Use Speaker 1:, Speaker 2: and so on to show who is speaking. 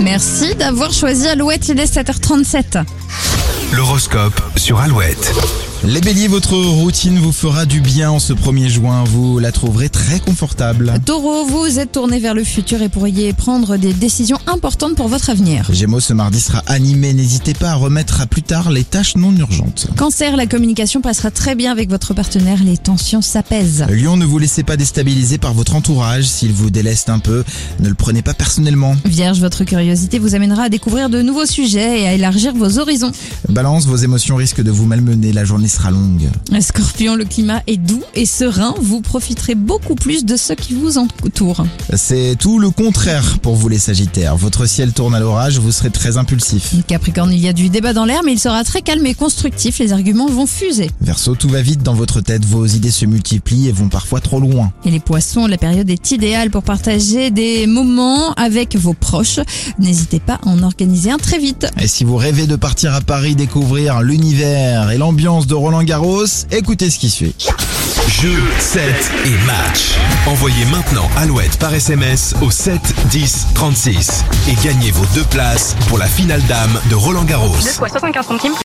Speaker 1: Merci d'avoir choisi Alouette, il est 7h37.
Speaker 2: L'horoscope sur Alouette.
Speaker 3: Les béliers, votre routine vous fera du bien en ce 1er juin. Vous la trouverez très confortable.
Speaker 1: Taureau, vous êtes tourné vers le futur et pourriez prendre des décisions importantes pour votre avenir.
Speaker 3: Gémeaux, ce mardi sera animé. N'hésitez pas à remettre à plus tard les tâches non urgentes.
Speaker 1: Cancer, la communication passera très bien avec votre partenaire, les tensions s'apaisent.
Speaker 3: Lion, ne vous laissez pas déstabiliser par votre entourage. S'il vous déleste un peu, ne le prenez pas personnellement.
Speaker 1: Vierge, votre curiosité vous amènera à découvrir de nouveaux sujets et à élargir vos horizons.
Speaker 3: Balance, vos émotions risquent de vous malmener. La journée sera longue.
Speaker 1: Scorpion, le climat est doux et serein, vous profiterez beaucoup plus de ce qui vous entoure.
Speaker 3: C'est tout le contraire pour vous les sagittaires. Votre ciel tourne à l'orage, vous serez très impulsif.
Speaker 1: Capricorne, il y a du débat dans l'air, mais il sera très calme et constructif, les arguments vont fuser.
Speaker 3: Verseau, tout va vite dans votre tête. Vos idées se multiplient et vont parfois trop loin.
Speaker 1: Et les poissons, la période est idéale pour partager des moments avec vos proches. N'hésitez pas à en organiser un très vite.
Speaker 3: Et si vous rêvez de partir à Paris découvrir l'univers et l'ambiance de Roland Garros, écoutez ce qui suit.
Speaker 2: Jeu, 7 et match. Envoyez maintenant Alouette par SMS au 7 10 36 et gagnez vos deux places pour la finale dame de Roland Garros.
Speaker 4: Deux fois 75 centimes.